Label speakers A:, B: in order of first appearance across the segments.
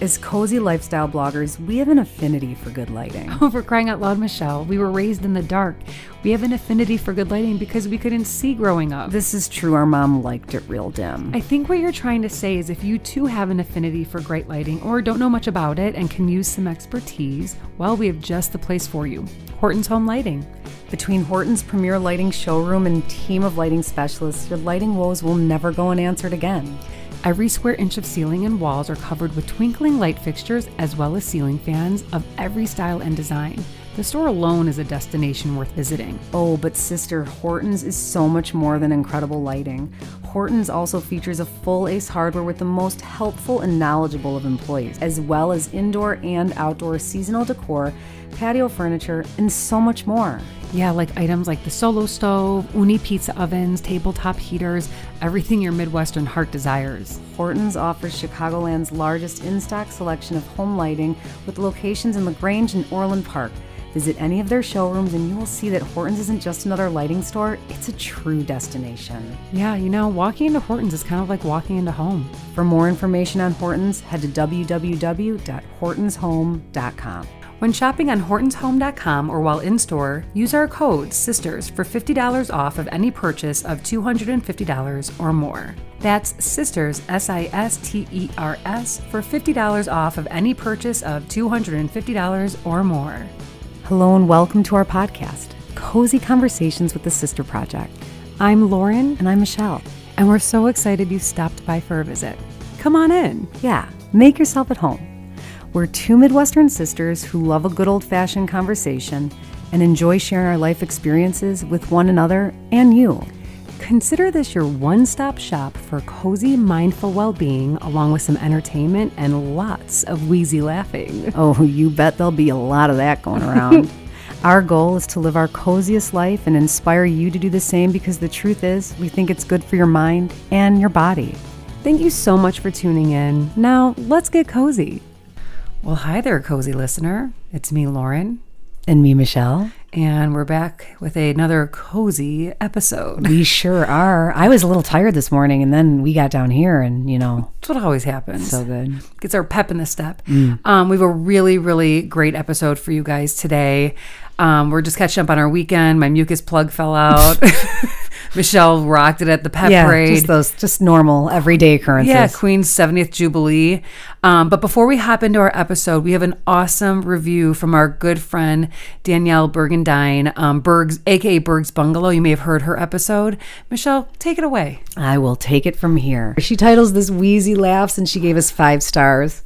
A: As cozy lifestyle bloggers, we have an affinity for good lighting.
B: Oh, for crying out loud, Michelle, we were raised in the dark. We have an affinity for good lighting because we couldn't see growing up.
A: This is true. Our mom liked it real dim.
B: I think what you're trying to say is if you too have an affinity for great lighting or don't know much about it and can use some expertise, well, we have just the place for you Horton's Home Lighting.
A: Between Horton's premier lighting showroom and team of lighting specialists, your lighting woes will never go unanswered again.
B: Every square inch of ceiling and walls are covered with twinkling light fixtures as well as ceiling fans of every style and design. The store alone is a destination worth visiting.
A: Oh, but sister, Horton's is so much more than incredible lighting. Horton's also features a full ACE hardware with the most helpful and knowledgeable of employees, as well as indoor and outdoor seasonal decor, patio furniture, and so much more.
B: Yeah, like items like the solo stove, uni pizza ovens, tabletop heaters, everything your Midwestern heart desires.
A: Hortons offers Chicagoland's largest in stock selection of home lighting with locations in LaGrange and Orland Park. Visit any of their showrooms and you will see that Hortons isn't just another lighting store, it's a true destination.
B: Yeah, you know, walking into Hortons is kind of like walking into home.
A: For more information on Hortons, head to www.hortonshome.com.
B: When shopping on hortonshome.com or while in store, use our code SISTERS for $50 off of any purchase of $250 or more. That's SISTERS, S I S T E R S, for $50 off of any purchase of $250 or more.
A: Hello and welcome to our podcast, Cozy Conversations with the Sister Project.
B: I'm Lauren,
A: And I'm Michelle.
B: and we're so excited you stopped by for a visit. Come on in.
A: Yeah, make yourself at home. We're two Midwestern sisters who love a good old fashioned conversation and enjoy sharing our life experiences with one another and you.
B: Consider this your one stop shop for cozy, mindful well being, along with some entertainment and lots of wheezy laughing.
A: Oh, you bet there'll be a lot of that going around. our goal is to live our coziest life and inspire you to do the same because the truth is, we think it's good for your mind and your body.
B: Thank you so much for tuning in. Now, let's get cozy. Well, hi there, cozy listener. It's me, Lauren,
A: And me, Michelle.
B: and we're back with another cozy episode.
A: We sure are. I was a little tired this morning, and then we got down here, and you know,
B: That's what always happens.
A: so good.
B: gets our pep in the step. Um, we have a really, really great episode for you guys today. Um, we're just catching up on our weekend. My mucus plug fell out. Michelle rocked it at the pep parade.
A: just those, just normal everyday occurrences.
B: yeah, Queen's 70th Jubilee. Um, but before we hop into our episode, we have an awesome review from our good friend Danielle Bergendine, um, Bergs, aka Berg's Bungalow. You may have heard her episode. Michelle, take it away.
A: I will take it from here. She titles this Wheezy Laughs and she gave us five stars.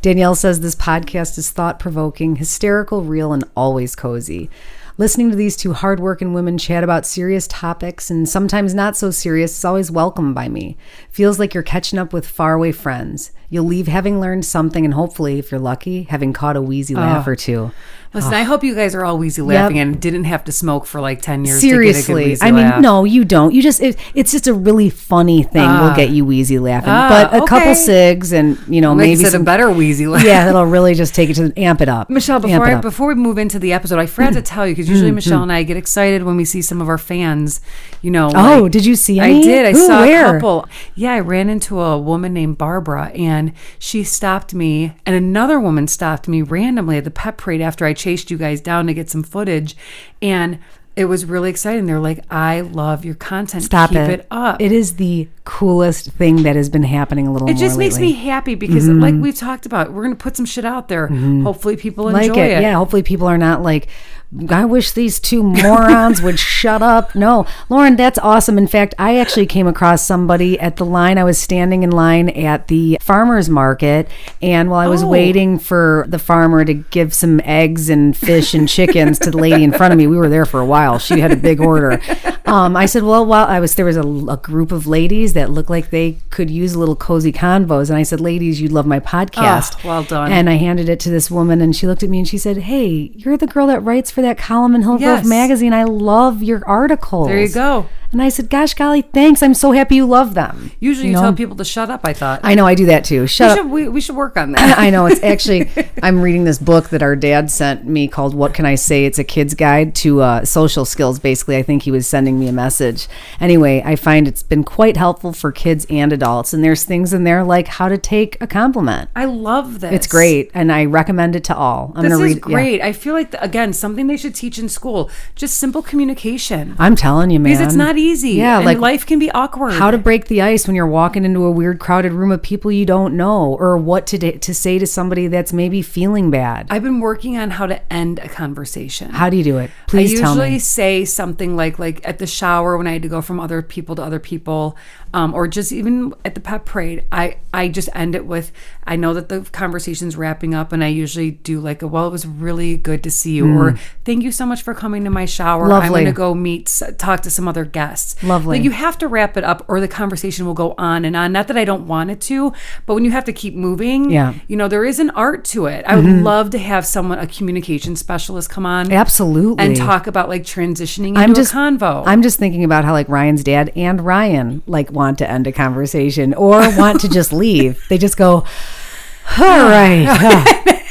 A: Danielle says this podcast is thought provoking, hysterical, real, and always cozy. Listening to these two hardworking women chat about serious topics and sometimes not so serious is always welcomed by me. Feels like you're catching up with faraway friends. You'll leave having learned something and hopefully, if you're lucky, having caught a wheezy laugh
B: Oh.
A: or two.
B: Listen, I hope you guys are all wheezy laughing and didn't have to smoke for like 10 years to get a good
A: Seriously,
B: wheezy
A: I mean,
B: laugh.
A: no, you don't. You just it, it's just a really funny thing. will get you wheezy laughing,
B: Ah,
A: but a couple
B: okay.
A: cigs and you know
B: Makes
A: maybe
B: it a
A: some.
B: better wheezy laugh.
A: yeah, that'll really just take it to amp it up,
B: Michelle,
A: Amp
B: before
A: it
B: I,
A: up.
B: before we move into the episode, I forgot to tell you because usually Michelle and I get excited when we see some of our fans. You know,
A: Oh, did you see
B: I
A: any?
B: did. I
A: Who?
B: saw
A: Where?
B: a couple. Yeah, I ran into a woman named Barbara, and she stopped me, and another woman stopped me randomly at the pep parade after I chased you guys down to get some footage, and it was really exciting. They're like, "I love your content.
A: stop
B: Keep
A: it.
B: it up."
A: It is the coolest thing that has been happening a little.
B: It just
A: more
B: makes me
A: lately. Mm-hmm.
B: happy because, like we've talked about, we're going to put some shit out there. Hopefully, people enjoy
A: like it. Yeah, hopefully people are not like. I wish these two morons would shut up. No, Lauren, that's awesome. In fact, I actually came across somebody at the line. I was standing in line at the farmer's market, and while I was
B: Oh.
A: waiting for the farmer to give some eggs and fish and chickens to the lady in front of me, we were there for a while. She had a big order. Um, I said, Well, while I was there, was a, a group of ladies that looked like they could use a little cozy convos. And I said, Ladies, you'd love my podcast.
B: Oh, well done.
A: And I handed it to this woman, and she looked at me and she said, "Hey, you're the girl that writes for that column in Hill
B: Yes.
A: Grove magazine. I love your articles."
B: There you go.
A: And I said, Gosh golly, thanks. I'm so happy you love them.
B: Usually you
A: No.
B: tell people to shut up, I thought.
A: I know I do that too. Shut
B: we,
A: up.
B: should, we, we should work on that.
A: Uh, I know it's actually I'm reading this book that our dad sent me called What Can I Say? It's a kid's guide to uh, social skills. Basically, I think he was sending me a message. Anyway, I find it's been quite helpful for kids and adults. And there's things in there like how to take a compliment.
B: I love this.
A: It's great, and I recommend it to all. I'm
B: This
A: gonna
B: is
A: read. yeah.
B: great. I feel like, again, something they should teach in school just simple communication.
A: I'm telling you, man.
B: Because it's not easy.
A: Yeah,
B: and
A: like
B: life can be awkward.
A: how to break the ice when you're walking into a weird, crowded room of people you don't know, or what to da- to say to somebody that's maybe feeling bad.
B: I've been working on how to end a conversation.
A: how do you do it?
B: I
A: Please tell
B: usually
A: me.
B: say something like like at the shower when I had to go from other people to other people, um, or just even at the pep parade. I I just end it with I know that the conversation's wrapping up, and I usually do like a well, it was really good to see you, or thank you so much for coming to my shower. I'm
A: Mm. Lovely.
B: going to go meet s- talk to some other guests.
A: Lovely.
B: Like you have to wrap it up, or the conversation will go on and on. Not that I don't want it to, but when you have to keep moving,
A: Yeah. Mm-hmm.
B: you know there is an art to it. I would love to have someone a communication specialist come on
A: Absolutely.
B: and talk about like transitioning into
A: I'm just
B: a convo.
A: I'm just thinking about how like Ryan's dad and Ryan like want to end a conversation or want to just leave. They just go, all right,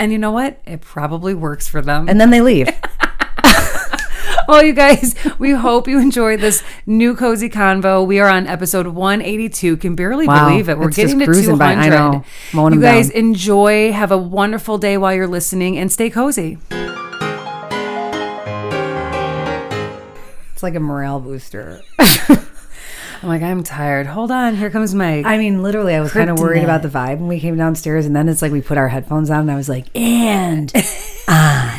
B: and you know what? It probably works for them.
A: and then they leave.
B: well, you guys, we hope you enjoyed this new cozy convo. We are on episode 182. Can barely
A: Wow.
B: believe it. We're
A: It's just
B: getting to
A: cruising
B: 200.
A: by. I know. Mowing
B: you
A: them
B: guys
A: down.
B: enjoy. Have a wonderful day while you're listening and stay cozy.
A: It's like a morale booster.
B: I'm like, I'm tired. Hold on. Here comes Mike.
A: I mean, literally, I was kind of worried
B: Kryptonite.
A: about the vibe when we came downstairs, and then it's like we put our headphones on, and I was like, and on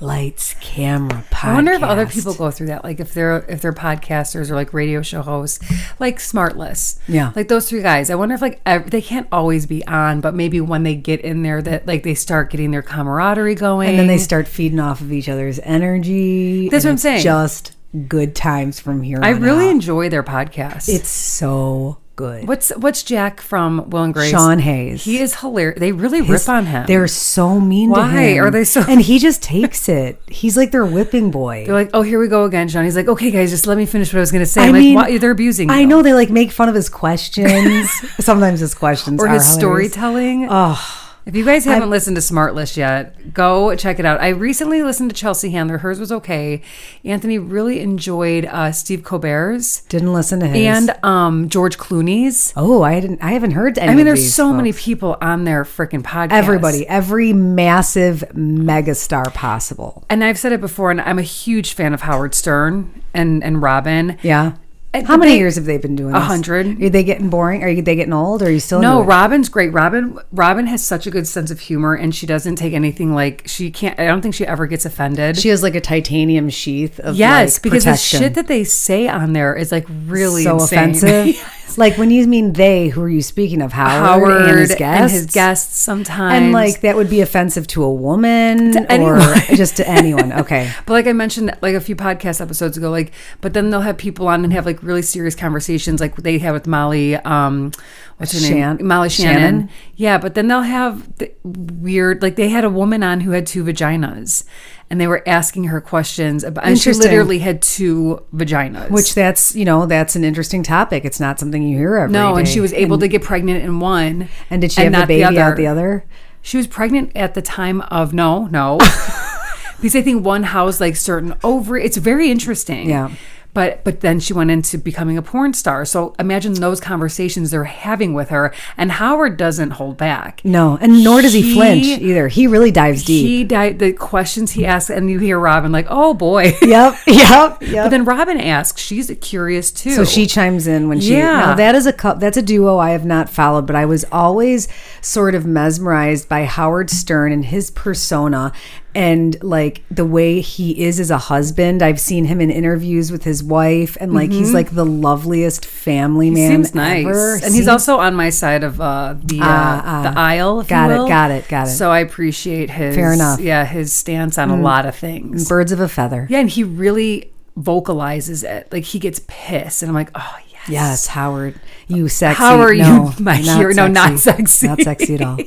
A: lights, camera, podcast.
B: I wonder if other people go through that, like if they're if they're podcasters or like radio show hosts, like Smartless,
A: Yeah.
B: like those three guys. I wonder if like ev- they can't always be on, but maybe when they get in there, that like they start getting their camaraderie going,
A: and then they start feeding off of each other's energy.
B: That's
A: and
B: what I'm
A: it's
B: saying.
A: Just good times from here.
B: I
A: on
B: really
A: out.
B: enjoy their podcast.
A: It's so good.
B: what's what's Jack from Will and Grace?
A: Sean Hayes.
B: He is hilarious. They really
A: His-
B: rip on him. They're
A: They're so mean to him.
B: Why are they so-
A: And he just takes it. He's like their whipping boy.
B: like, oh, here we go again, Sean. He's like, okay, guys, just let me finish what I was going to say. I'm like, why? they're abusing.
A: I
B: you.
A: know they like make fun of his questions. Sometimes his questions
B: or
A: are
B: his
A: hilarious.
B: storytelling.
A: Oh,
B: If you guys haven't listened to Smart List yet, go check it out. I recently listened to Chelsea Handler. Hers was okay. Anthony really enjoyed uh, Steve Colbert's
A: didn't listen to his.
B: and um, George Clooney's.
A: oh, I didn't. I haven't heard any.
B: I mean,
A: of
B: there's
A: these
B: so many
A: folks.
B: people on their freaking podcast.
A: Everybody, every massive megastar possible.
B: And I've said it before, and I'm a huge fan of Howard Stern and, and Robin.
A: Yeah.
B: I-
A: How many
B: they-
A: years have they been doing? this?
B: hundred.
A: Are they getting boring? Are you, they getting old? Or are you still
B: No,
A: into it?
B: Robin's great. Robin Robin has such a good sense of humor and she doesn't take anything like she can't I don't think she ever gets offended.
A: She has like a titanium sheath of
B: yes,
A: like,
B: because
A: protection.
B: the shit that they say on there is like really
A: so
B: insane.
A: offensive. like when you mean they, who are you speaking of? Howard,
B: Howard
A: and his guests.
B: guests sometimes.
A: And like that would be offensive to a woman or
B: anyone.
A: just to anyone. Okay.
B: but like I mentioned like a few podcast episodes ago, like but then they'll have people on and have like really serious conversations like they had with Molly um what's her
A: Shan-
B: name? Molly Shannon.
A: Shannon.
B: Yeah, but then they'll have the weird like they had a woman on who had two vaginas and they were asking her questions about and she
A: Interesting.
B: literally had two vaginas.
A: Which that's you know that's an interesting topic. It's not something you hear every
B: no, and she
A: day.
B: was able to get pregnant in one.
A: And did she have
B: not
A: the baby out the other?
B: She was pregnant at the time of no, no. because I think one house like certain over it's very interesting.
A: Yeah.
B: But but then she went into becoming a porn star. So imagine those conversations they're having with her and Howard doesn't hold back.
A: No, and nor does he,
B: He-
A: flinch either. He really dives deep.
B: He died the questions he asked and you hear Robin like, "Oh boy."
A: yep, yep, yep.
B: But then Robin asks, she's curious too.
A: So she chimes in when she.
B: Yeah.
A: Now, that is a cou- that's a duo I have not followed, but I was always sort of mesmerized by Howard Stern and his persona, and like the way he is as a husband. I've seen him in interviews with his wife, and like he's like the loveliest family man.
B: Mm-hmm. seems nice,
A: ever.
B: and he's
A: Seems-
B: also on my side of uh, the uh,
A: Ah, ah.
B: the aisle. If
A: Got
B: you
A: it,
B: will.
A: got it, got it.
B: So I appreciate his
A: Fair enough. Mm.
B: Yeah, his stance on a lot of things.
A: birds of a feather.
B: Yeah, and he really vocalizes it. Like he gets pissed, and I'm like, oh yes,
A: Yes, Howard, you sexy.
B: How are you,
A: no,
B: my hero? No, not sexy.
A: Not sexy at all.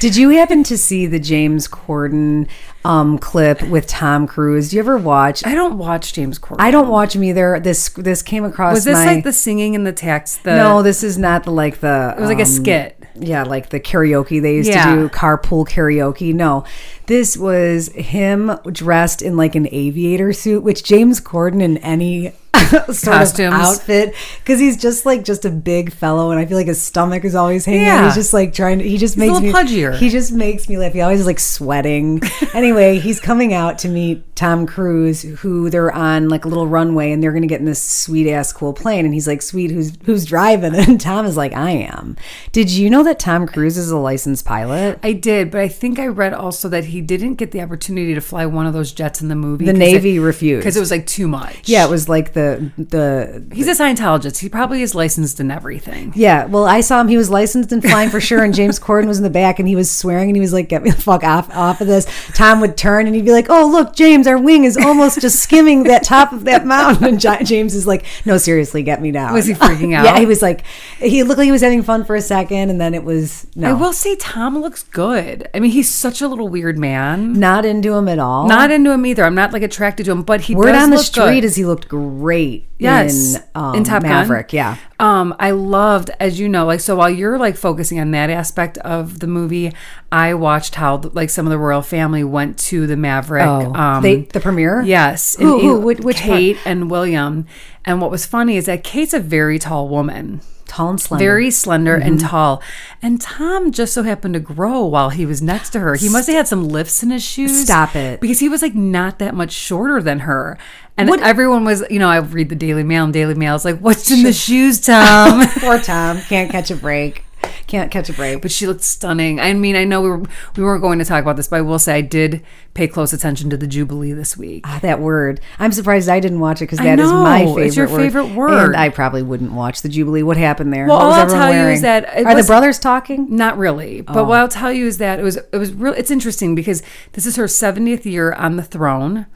A: Did you happen to see the James Corden um, clip with Tom Cruise? Do you ever watch?
B: I don't watch James Corden.
A: I don't watch him either. This this came across.
B: Was this
A: my,
B: like the singing and the tax? The,
A: No, this is not the like the.
B: it was like a
A: um,
B: skit.
A: Yeah, like the karaoke they used
B: Yeah.
A: to do, carpool karaoke. No, this was him dressed in like an aviator suit, which James Corden in any sort of
B: Costumes.
A: outfit, because he's just like just a big fellow, and I feel like his stomach is always hanging. out.
B: Yeah.
A: He's just like trying. To, he just makes
B: little
A: me
B: pudgier.
A: He just makes me laugh. He always is like sweating. anyway, he's coming out to meet Tom Cruise, who they're on like a little runway, and they're gonna get in this sweet ass cool plane. And he's like, "Sweet, who's who's driving?" And Tom is like, "I am." Did you know that Tom Cruise is a licensed pilot?
B: I did, but I think I read also that he didn't get the opportunity to fly one of those jets in the movie.
A: The Navy refused.
B: because it was like too much.
A: yeah, it was like the the
B: he's a Scientologist. He probably is licensed in everything.
A: Yeah, well, I saw him. He was licensed and flying for sure, and James Corden was in the back, and he was swearing, and he was like, "Get me the fuck off off of this." Tom would turn, and he'd be like, "Oh, look, James, our wing is almost just skimming that top of that mountain." And J- James is like, "No, seriously, get me down."
B: Was he freaking
A: yeah,
B: out?
A: he was like, he looked like he was having fun for a second, and then it was no,
B: I will say Tom looks good. I mean, he's such a little weird man.
A: not into him at all.
B: Not into him either. I'm not like attracted to him, but he
A: Word
B: does
A: on the
B: look
A: street
B: good.
A: is he looked great.
B: Yes,
A: in, um,
B: in Top Gun.
A: Maverick. Yeah,
B: Um, I loved, as you know, like so. While you're like focusing on that aspect of the movie, I watched how like some of the royal family went to the Maverick.
A: Oh,
B: um,
A: they- the premiere?
B: Yes.
A: Who- who-
B: Eng-
A: which- which part?
B: Kate and William. And what was funny is that Kate's a very tall woman,
A: tall and slender.
B: very slender and
A: Mm-hmm.
B: tall, and Tom just so happened to grow while he was next to her. He must have had some lifts in his shoes.
A: Stop it.
B: because he was like not that much shorter than her. And everyone was, you know, I read the Daily Mail, and Daily Mail is like, "What's in the shoes, Tom?"
A: Poor Tom can't catch a break. Can't catch a break.
B: but she looked stunning. I mean, I know we were we weren't going to talk about this, but I will say I did pay close attention to the Jubilee this week.
A: Ah, that word. I'm surprised I didn't watch it because
B: I
A: that is my
B: know,
A: favorite.
B: it's your favorite word.
A: And I probably wouldn't watch the Jubilee. What happened there?
B: Well,
A: What was
B: all I'll
A: everyone
B: tell you is that it
A: are
B: was-
A: the brothers talking?
B: Not really, but
A: Oh.
B: what I'll tell you is that it was it was real. It's interesting because this is her 70th year on the throne,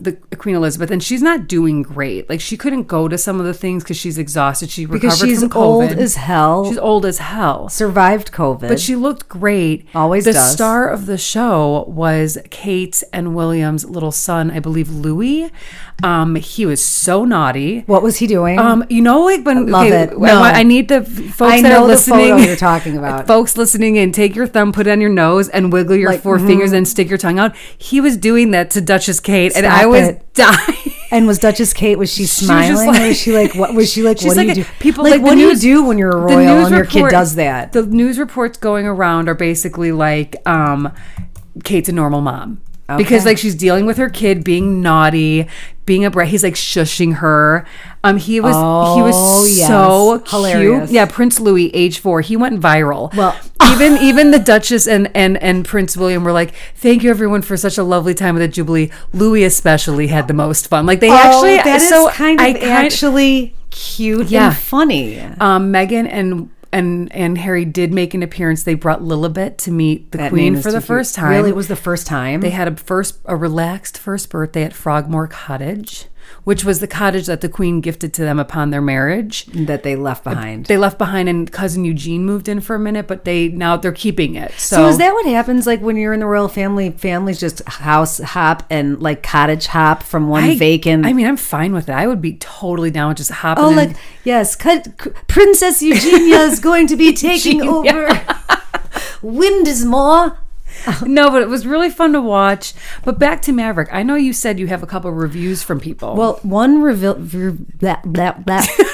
B: the Queen Elizabeth, and she's not doing great. Like she couldn't go to some of the things because she's exhausted. She recovered
A: Because she's
B: from
A: old
B: COVID.
A: as hell.
B: she's old as hell.
A: survived COVID.
B: But she looked great.
A: Always
B: The
A: does.
B: star of the show was Kate and William's little son, I believe Louis. Um, he was so naughty.
A: what was he doing?
B: Um, you know, like when
A: love
B: okay,
A: it.
B: I
A: No.
B: wa- I, need the f- folks
A: I
B: that
A: know
B: are
A: the photo
B: listening.
A: you're talking about.
B: folks listening in, take your thumb, put it on your nose, and wiggle your
A: Like, mm-hmm.
B: four fingers and stick your tongue out. He was doing that to Duchess Kate, and I
A: Stop
B: was
A: it.
B: dying.
A: and was Duchess Kate? Was she smiling?
B: just
A: or
B: like-
A: was she like? What was she like?
B: She's
A: What do
B: like
A: you do?
B: a- people-
A: like,
B: like, the
A: what
B: news-
A: do you do when you're a
B: the
A: royal
B: news
A: and your kid
B: report-
A: does that?
B: The news reports going around are basically like um, Kate's a normal mom. Because
A: Okay.
B: like she's dealing with her kid being naughty, being a brat. He's like shushing her. Um, he was he
A: Oh,
B: was
A: yes.
B: so
A: Hilarious.
B: cute. Yeah, Prince Louis, age four, he went viral.
A: Well-
B: even even the Duchess and and and Prince William were like, "Thank you everyone for such a lovely time at the Jubilee." Louis especially had the most fun. Like they actually
A: oh, that is
B: so
A: kind of
B: I kind-
A: actually cute
B: Yeah.
A: and funny.
B: um, Megan and and and Harry did make an appearance. They brought Lilibet to meet the
A: That name
B: Queen
A: is
B: for the
A: too cute.
B: first time.
A: Really, it was the first time.
B: they had a first a relaxed first birthday at Frogmore Cottage, which was the cottage that the Queen gifted to them upon their marriage.
A: that they left behind.
B: They left behind, and cousin Eugene moved in for a minute, but they now they're keeping it. So,
A: So is that what happens like when you're in the royal family? Families just house hop and like cottage hop from one
B: I,
A: vacant.
B: I mean, I'm fine with it. I would be totally down with just hopping.
A: oh,
B: in.
A: like yes, cut, c- Princess Eugenia is going to be taking over. Windesmore.
B: no, but it was really fun to watch. But back to Maverick. I know you said you have a couple reviews from people.
A: Well, one reveal that that that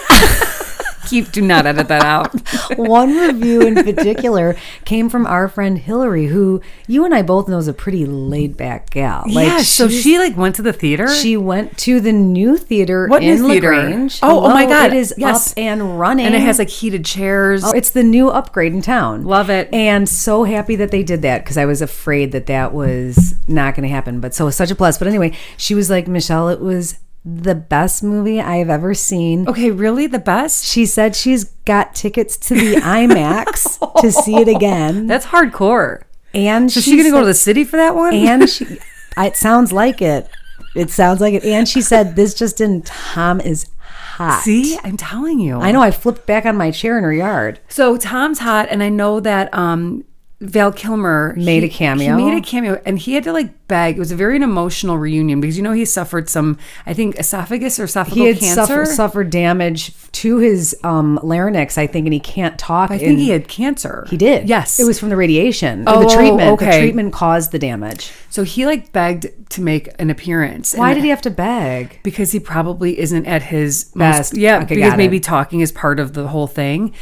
B: keep do not edit that out.
A: one review in particular came from our friend Hillary, who you and I both know is a pretty laid back gal. Like,
B: yeah, so
A: she's-
B: she like went to the theater.
A: She went to the new theater
B: What new
A: in
B: theater?
A: LaGrange.
B: Oh, oh my
A: Hello,
B: God,
A: It is
B: yes.
A: up and running.
B: and it has like heated chairs.
A: Oh, it's the new upgrade in town.
B: Love it.
A: And so happy that they did that because I was afraid that that was not going to happen. But so such a plus. But anyway, she was like, Michelle, it was the best movie I have ever seen.
B: Okay, really the best?
A: She said she's got tickets to the IMAX to see it again.
B: That's hardcore.
A: And
B: Is she gonna go to the city for that one?
A: and she it sounds like it it sounds like it and she said this just in tom is hot
B: See, I'm telling you.
A: i know i flipped back on my chair in her yard
B: so Tom's hot, and I know that um Val Kilmer
A: Made a
B: he-
A: cameo.
B: He made a cameo, and he had to like beg. It was a very an emotional reunion because you know he suffered some, I think, esophagus or esophageal
A: He had
B: cancer.
A: suffer, suffered damage to his um, larynx, I think, and he can't talk.
B: I think he had cancer.
A: He did.
B: Yes,
A: It was from the radiation.
B: Oh,
A: the treatment. The
B: okay.
A: treatment caused the damage.
B: So he like begged to make an appearance.
A: Why
B: And-
A: did he have to beg?
B: Because he probably isn't at his
A: Best.
B: Most, yeah,
A: Okay, got
B: because
A: it.
B: maybe talking is part of the whole thing.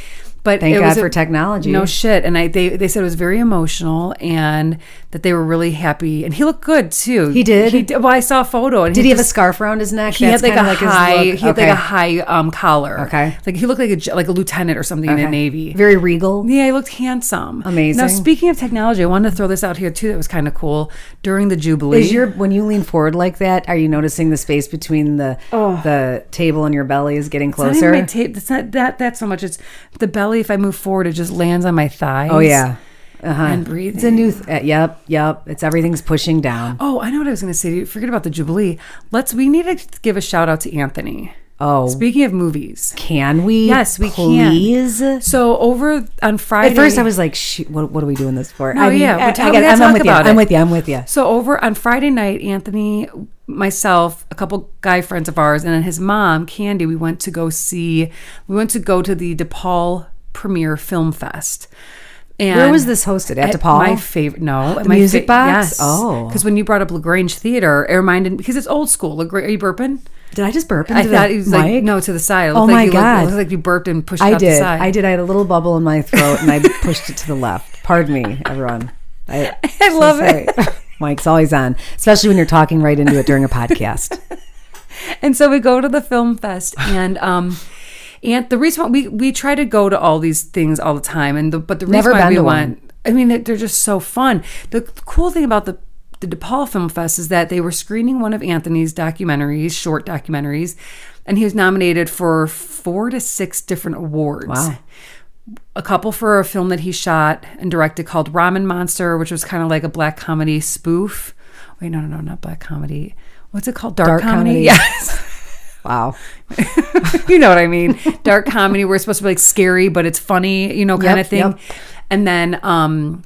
B: But
A: Thank
B: it
A: God
B: was a-
A: for technology.
B: No shit. And I they they said it was very emotional and that they were really happy. And he looked good too.
A: He did?
B: He did. Well, I saw a photo. And
A: Did he have a
B: just-
A: scarf around his neck?
B: He
A: That's
B: had like a
A: kinda his
B: high.
A: look.
B: He had
A: Okay.
B: like a high um, collar.
A: Okay.
B: Like he looked like a ge- like a lieutenant or something in the
A: Okay.
B: navy.
A: Very regal.
B: Yeah, he looked handsome.
A: Amazing.
B: Now, speaking of technology, I wanted to throw this out here too. That was kind of cool during the Jubilee.
A: Is your when you lean forward like that, are you noticing the space between the the table and your belly is getting
B: Oh. It's not even my
A: closer?
B: tape. That's not that. That so much. It's the belly. If I move forward, it just lands on my thighs.
A: Oh yeah. Uh-huh.
B: and breathing.
A: It's a new th- uh, yep, yep. It's everything's pushing down.
B: oh, I know what I was going to say. to you. Forget about the jubilee. Let's. We need to give a shout out to Anthony.
A: Oh.
B: Speaking of movies,
A: Can we?
B: Yes, we can.
A: please?
B: so over on Friday.
A: At first, I was like, "Shoot, what, what are we doing this for?"
B: No,
A: I mean,
B: yeah,
A: I,
B: we're
A: I
B: talking-
A: get- I'm,
B: we're gonna
A: I'm
B: talk
A: with you.
B: about
A: I'm
B: it.
A: with you. I'm with you.
B: So over on Friday night, Anthony, myself, a couple guy friends of ours, and then his mom, Candy, we went to go see. We went to go to the DePaul Premiere Film Fest. And
A: Where was this hosted? At DePaul?
B: My favorite. No, the
A: music box?
B: Yes.
A: Oh.
B: because when you brought up Lagrange Theater, it reminded because it's old school. Lagrange, are you burping?
A: Did I just burp? Into
B: I thought
A: the
B: it was
A: mic?
B: like no to the side. It
A: Oh
B: looked
A: my
B: like you looked-
A: God.
B: it looked like you burped and pushed. it
A: I
B: out The
A: did.
B: side.
A: I did. I had a little bubble in my throat, and I pushed it to the left. Pardon me, everyone. I,
B: I love
A: sorry. Mike's always on, especially when you're talking right into it during a podcast.
B: and so we go to the film fest and um and the reason why we we try to go to all these things all the time and the, but the reason
A: Never
B: why
A: been
B: we
A: to
B: went i mean they're, they're just so fun the cool thing about the the DePaul Film Fest is that they were screening one of Anthony's documentaries, short documentaries, and he was nominated for four to six different awards.
A: Wow.
B: A couple for a film that he shot and directed called Ramen Monster, which was kind of like a black comedy spoof. Wait, no, no, no, not black comedy. What's it called? Dark,
A: Dark comedy.
B: comedy. Yes
A: Wow.
B: you know what I mean. Dark comedy. We're supposed to be like scary, but it's funny, you know, kind
A: Yep,
B: of thing.
A: yep.
B: And then, um,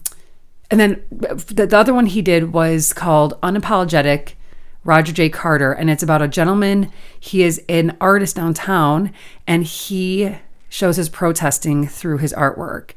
B: and then the, the other one he did was called Unapologetic Roger J. Carter. And it's about a gentleman. He is an artist downtown and he shows his protesting through his artwork.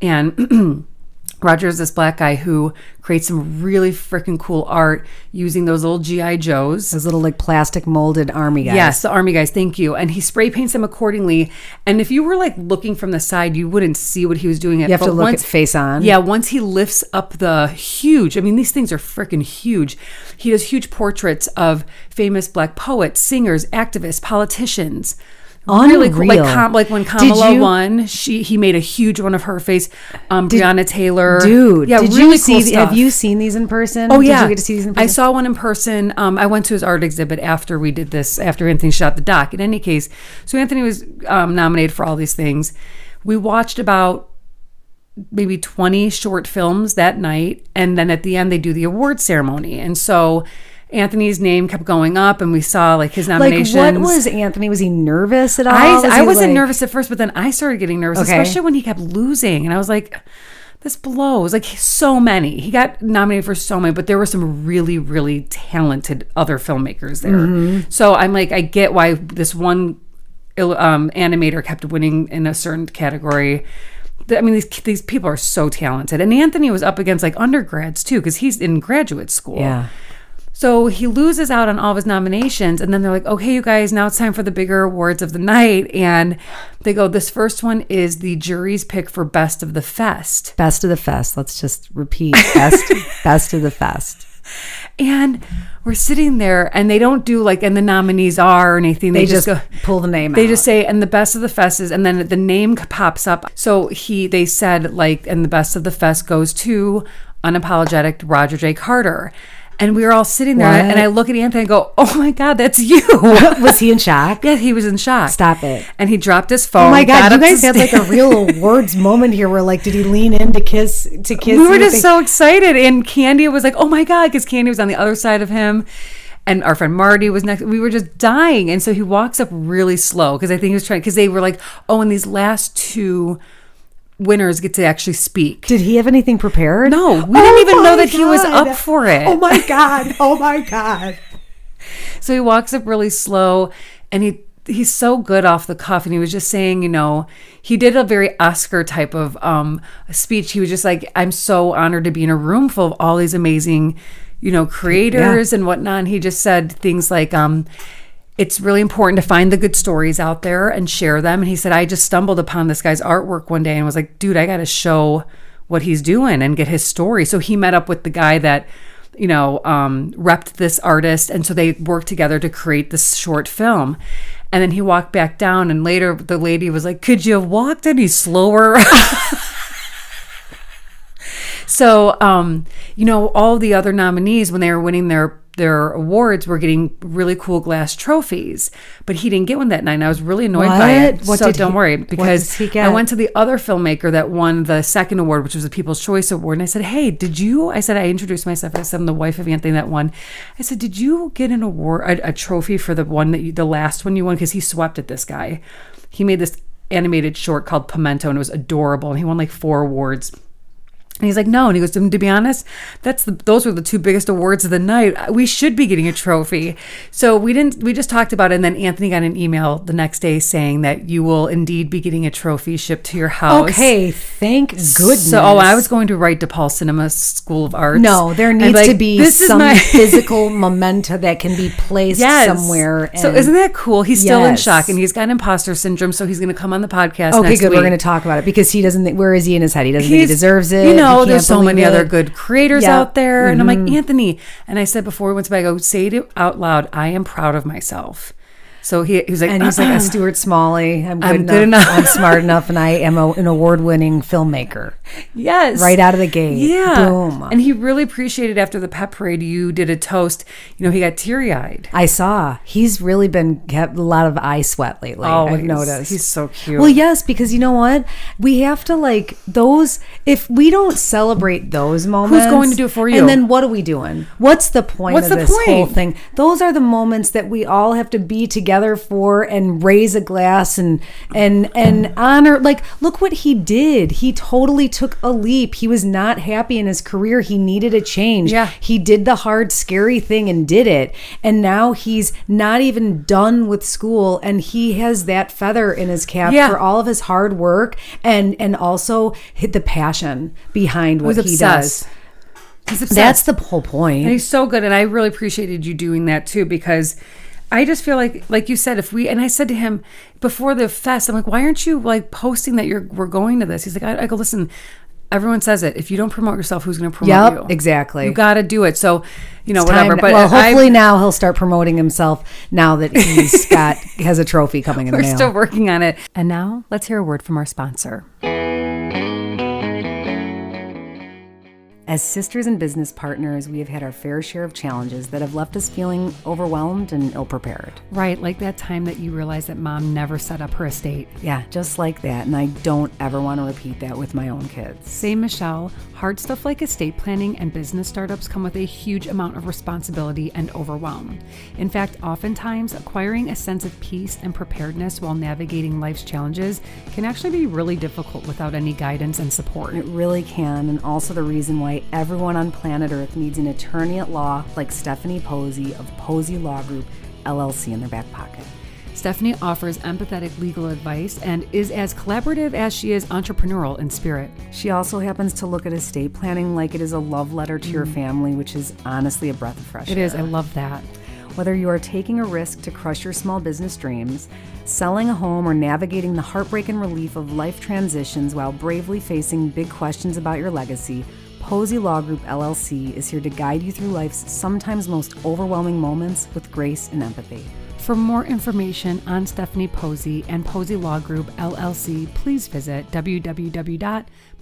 B: And Roger is this black guy who creates some really freaking cool art using those little G.I. Joes.
A: Those little like plastic molded army guys.
B: Yes, the army guys. Thank you. And he spray paints them accordingly. And if you were like looking from the side, you wouldn't see what he was doing.
A: You have to look at face on.
B: Yeah, once he lifts up the huge. I mean, these things are freaking huge. He does huge portraits of famous black poets, singers, activists, politicians. Really cool. Like,
A: Unreal.
B: com- like when
A: Did
B: Kamala
A: you-
B: won, she he made a huge one of her face. Um, Breonna Taylor,
A: Dude,
B: Yeah,
A: did
B: really
A: you
B: cool
A: see? the-
B: stuff.
A: Have you seen these in person?
B: Oh yeah,
A: Did you get to see these in person?
B: I saw one in person. Um, I went to his art exhibit after we did this, after Anthony shot the doc. In any case, so Anthony was um, nominated for all these things. We watched about maybe 20 short films that night and then at the end they do the award ceremony and so anthony's name kept going up and we saw like his
A: like,
B: nominations
A: what was Anthony? Was he nervous at all?
B: I,
A: Was
B: I
A: he,
B: wasn't
A: like-
B: nervous at first, but then I started getting nervous,
A: Okay.
B: especially when he kept losing. And I was like, this blows. Like, so many. He got nominated for so many, but there were some really, really talented other filmmakers there.
A: Mm-hmm.
B: So I'm like, I get why this one ill- um, animator kept winning in a certain category. The- I mean, these, these people are so talented. And Anthony was up against like undergrads too, because he's in graduate school.
A: Yeah.
B: So he loses out on all of his nominations. And then they're like, okay, you guys, now it's time for the bigger awards of the night. And they go, this first one is the jury's pick for best of the fest.
A: Best of the fest. Let's just repeat. Best, best of the fest.
B: And we're sitting there and they don't do like, and the nominees are or anything. They,
A: They
B: just,
A: just,
B: go.
A: pull the name.
B: They
A: out.
B: just say, and the best of the fest is, and then the name pops up. So he, they said, like, and the best of the fest goes to unapologetic Roger J. Carter. And we were all sitting there,
A: What?
B: and I look at Anthony and go, oh my God, that's you.
A: was he in shock?
B: Yeah, he was in shock.
A: Stop it.
B: And he dropped his phone.
A: Oh my god,
B: got
A: you
B: up the
A: guys had like a
B: stairs.
A: real awards moment here where like did he lean in to kiss to kiss?
B: We
A: you?
B: were just
A: They-
B: so excited, and Candy was like, "Oh my god!" Because Candy was on the other side of him, and our friend Marty was next. We were just dying, and so he walks up really slow because I think he was trying. Because they were like, "Oh, in these last two winners get to actually speak.
A: Did he have anything prepared?
B: No, we
A: Oh
B: didn't even
A: my
B: know that he was
A: God.
B: up for it.
A: Oh my God. Oh my God.
B: So he walks up really slow and he he's so good off the cuff and he was just saying, you know, he did a very Oscar type of um speech. He was just like, I'm so honored to be in a room full of all these amazing, you know, creators and whatnot. And he just said things like, um, it's really important to find the good stories out there and share them. And he said, I just stumbled upon this guy's artwork one day and was like, dude, I gotta show what he's doing and get his story. So he met up with the guy that, you know, um, repped this artist. And so they worked together to create this short film. And then he walked back down, and later the lady was like, Could you have walked any slower? So, um, you know, all the other nominees when they were winning their their awards were getting really cool glass trophies, but he didn't get one that night. And I was really annoyed by it.
A: What? What
B: so
A: did
B: don't
A: he-
B: worry
A: what
B: because
A: does he
B: I
A: get?
B: went to the other filmmaker that won the second award, which was the People's Choice Award, and I said, "Hey, did you?" I said, "I introduced myself. I said, I'm the wife of Anthony that won." I said, "Did you get an award, a, a trophy for the one that you, the last one you won? Because he swept at this guy. He made this animated short called Pimento, and it was adorable, and he won like four awards." And he's like, no. And he goes, to, to be honest, that's the, those were the two biggest awards of the night. We should be getting a trophy. So we didn't. We just talked about it, and then Anthony got an email the next day saying that you will indeed be getting a trophy shipped to your house.
A: Okay. Thank goodness.
B: So, oh, I was going to write DePaul Cinema School of Arts.
A: No, there
B: I'd
A: needs
B: like,
A: to be
B: this is
A: some
B: my-
A: physical memento that can be placed
B: Yes.
A: somewhere.
B: so
A: and-
B: isn't that cool? He's still in
A: Yes.
B: shock, and he's got imposter syndrome. So he's going to come on the podcast.
A: Okay,
B: next
A: good.
B: Week.
A: We're going to talk about it because he doesn't. Think, where is he in his head? He doesn't think he
B: He's-
A: deserves it.
B: You know,
A: He
B: there's
A: can't
B: so many
A: believe
B: other
A: it.
B: good creators
A: Yeah. Mm-hmm.
B: out there. And I'm like, Anthony. And I said before we went to bed, I go, say it out loud. I am proud of myself. So he, he was like, "Ah,
A: And he's like a Stuart Smalley. I'm good,
B: I'm
A: enough.
B: good enough.
A: I'm smart enough, and I am a, an award-winning filmmaker.
B: yes.
A: Right out of the gate.
B: Yeah.
A: Boom.
B: And he really appreciated after the pep parade, you did a toast. You know, he got teary eyed.
A: I saw he's really been kept a lot of eye sweat lately. I've
B: Always.
A: noticed
B: He's so cute.
A: Well, yes, because you know what, we have to like those. If we don't celebrate those moments,
B: going to do it for you?
A: And then what are we doing? What's the point
B: What's
A: of
B: the
A: this whole
B: point?
A: thing? Those are the moments that we all have to be together for and raise a glass and and and honor. Like, look what he did. He totally took a leap. He was not happy in his career. He needed a change.
B: Yeah.
A: He did the hard, scary thing and did it. And now he's not even done with school and he has that feather in his cap
B: Yeah.
A: for all of his hard work and and also hit the passion behind what
B: He's
A: he
B: obsessed.
A: does.
B: He's obsessed.
A: That's the whole point.
B: And he's so good. And I really appreciated you doing that too, because I just feel like, like you said, if we, and I said to him before the fest, I'm like, why aren't you like posting that you're, we're going to this? He's like, I, I go, listen, everyone says it. If you don't promote yourself, who's going to
A: Yep,
B: promote you?
A: exactly.
B: You got to do it. So, you know,
A: Time-
B: whatever. But
A: well,
B: I-
A: hopefully now he'll start promoting himself now that he's got has a trophy coming in the
B: we're
A: mail.
B: still working on it. And now let's hear a word from our sponsor.
A: As sisters and business partners, we have had our fair share of challenges that have left us feeling overwhelmed and ill prepared.
B: Right. Like that time that you realized that mom never set up her estate.
A: Yeah, just like that. And I don't ever want to repeat that with my own kids.
B: Say Michelle, hard stuff like estate planning and business startups come with a huge amount of responsibility and overwhelm. In fact, oftentimes acquiring a sense of peace and preparedness while navigating life's challenges can actually be really difficult without any guidance and support.
A: It really can, and also the reason why everyone on planet Earth needs an attorney at law like Stephanie Posey of Posey Law Group LLC in their back pocket.
B: Stephanie offers empathetic legal advice and is as collaborative as she is entrepreneurial in spirit.
A: She also happens to look at estate planning like it is a love letter to your family, which is honestly a breath of fresh
B: Mm-hmm. It
A: air.
B: is, I love that.
A: Whether you are taking a risk to crush your small business dreams, selling a home, or navigating the heartbreak and relief of life transitions while bravely facing big questions about your legacy, Posey Law Group LLC is here to guide you through life's sometimes most overwhelming moments with grace and empathy.
B: For more information on Stephanie Posey and Posey Law Group LLC, please visit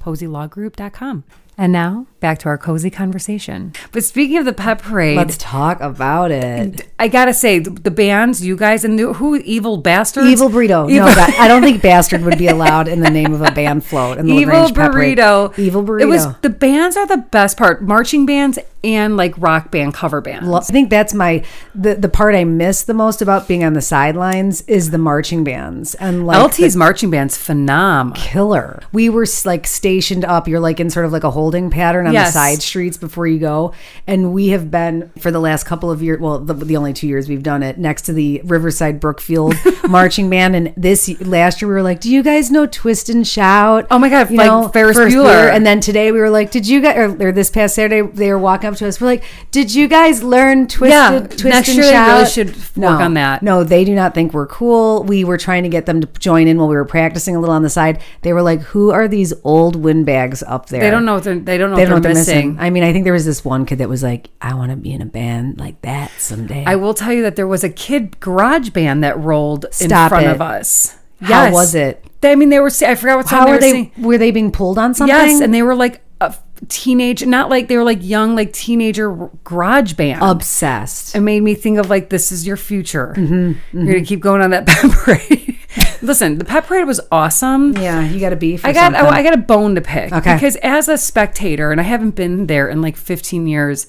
B: www.poseylawgroup.com. And now, back to our cozy conversation. But speaking of the pep parade,
A: Let's talk about it.
B: I gotta say, the, the bands, you guys, and the, who, Evil Bastards?
A: Evil burrito.
B: Evil-
A: No, that, I don't think bastard would be allowed in the name of a band float. In the
B: Evil
A: LaGrange Pep Rally.
B: burrito.
A: Evil burrito.
B: It was the bands are the best part. Marching bands and like rock band cover bands.
A: Lo- I think that's my the, the part I miss the most about being on the sidelines is the marching bands and like the
B: LT's marching band's phenom.
A: killer. We were s- like stationed up. You're like in sort of like a holding pattern on
B: Yes.
A: the side streets before you go. And we have been for the last couple of years. Well, the, the only two years we've done it next to the Riverside Brookfield marching band. And this y- last year we were like, do you guys know Twist and Shout?
B: Oh my God, like Ferris Bueller.
A: And then today we were like, did you guys? Or, or this past Saturday they were walking up to us. We're like, did you guys learn Twist?
B: Yeah,
A: and, twist
B: next
A: and
B: year they
A: Shout?
B: really should work on that.
A: No, they do not think we're cool. We were trying to get them to join in while we were practicing a little on the side. They were like, "Who are these old windbags up there?"
B: They don't know what they're, they don't know
A: They
B: what
A: don't know
B: they're
A: what they're
B: missing.
A: missing. I mean, I think there was this one kid that was like, "I want to be in a band like that someday."
B: I will tell you that there was a kid garage band that rolled in
A: Stop
B: front
A: it.
B: of us.
A: How was it?
B: They, I mean, they were. I forgot what song
A: How
B: they
A: were
B: were
A: they?
B: singing.
A: Were they being pulled on something?
B: Yes, and they were like a teenage, not like they were like young, like teenager r- garage band.
A: Uh, obsessed.
B: it made me think of like this is your future.
A: Mm-hmm,
B: You're gonna keep going on that pep parade. Listen, the pep parade was awesome.
A: Yeah, you got a beef. Or
B: I got
A: something.
B: I got a bone to pick
A: Okay.
B: because as a spectator, and I haven't been there in like 15 years.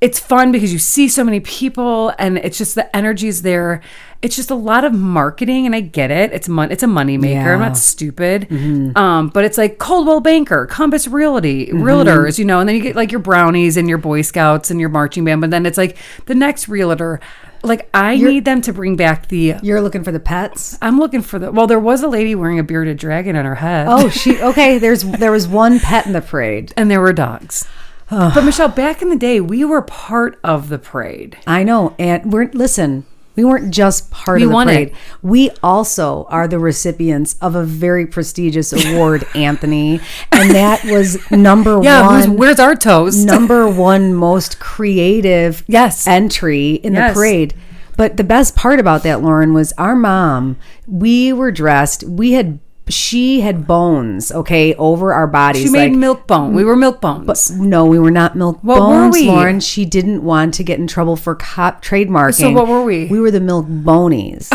B: It's fun because you see so many people, and it's just the energy's there. It's just a lot of marketing, and I get it. It's mon- it's a moneymaker. I'm
A: Yeah. Mm-hmm.
B: not stupid, um, but it's like Coldwell Banker, Compass Realty, realtors, you know, and then you get like your brownies and your Boy Scouts and your marching band, but then it's like the next realtor. Like I need them to bring back the.
A: You're looking for the pets.
B: I'm looking for the. Well, there was a lady wearing a bearded dragon on her head
A: Oh, she okay. There's there was one pet in the parade.
B: and there were dogs. but Michelle, back in the day, we were part of the parade.
A: I know, and we're listen. We weren't just part
B: We
A: of the
B: won
A: parade.
B: it.
A: We also are the recipients of a very prestigious award, Anthony, and that was number
B: Yeah, who's,
A: one.
B: where's our toast?
A: number one most creative
B: Yes.
A: entry in the
B: Yes.
A: parade. But the best part about that, Lauren, was our mom. We were dressed. We had. She had bones, okay, over our bodies.
B: She made
A: like-
B: milk bone. We were milk bones.
A: no, we were not milk
B: What were
A: bones,
B: we?
A: Lauren. She didn't want to get in trouble for cop trademarking.
B: So what were we?
A: We were the milk bonies.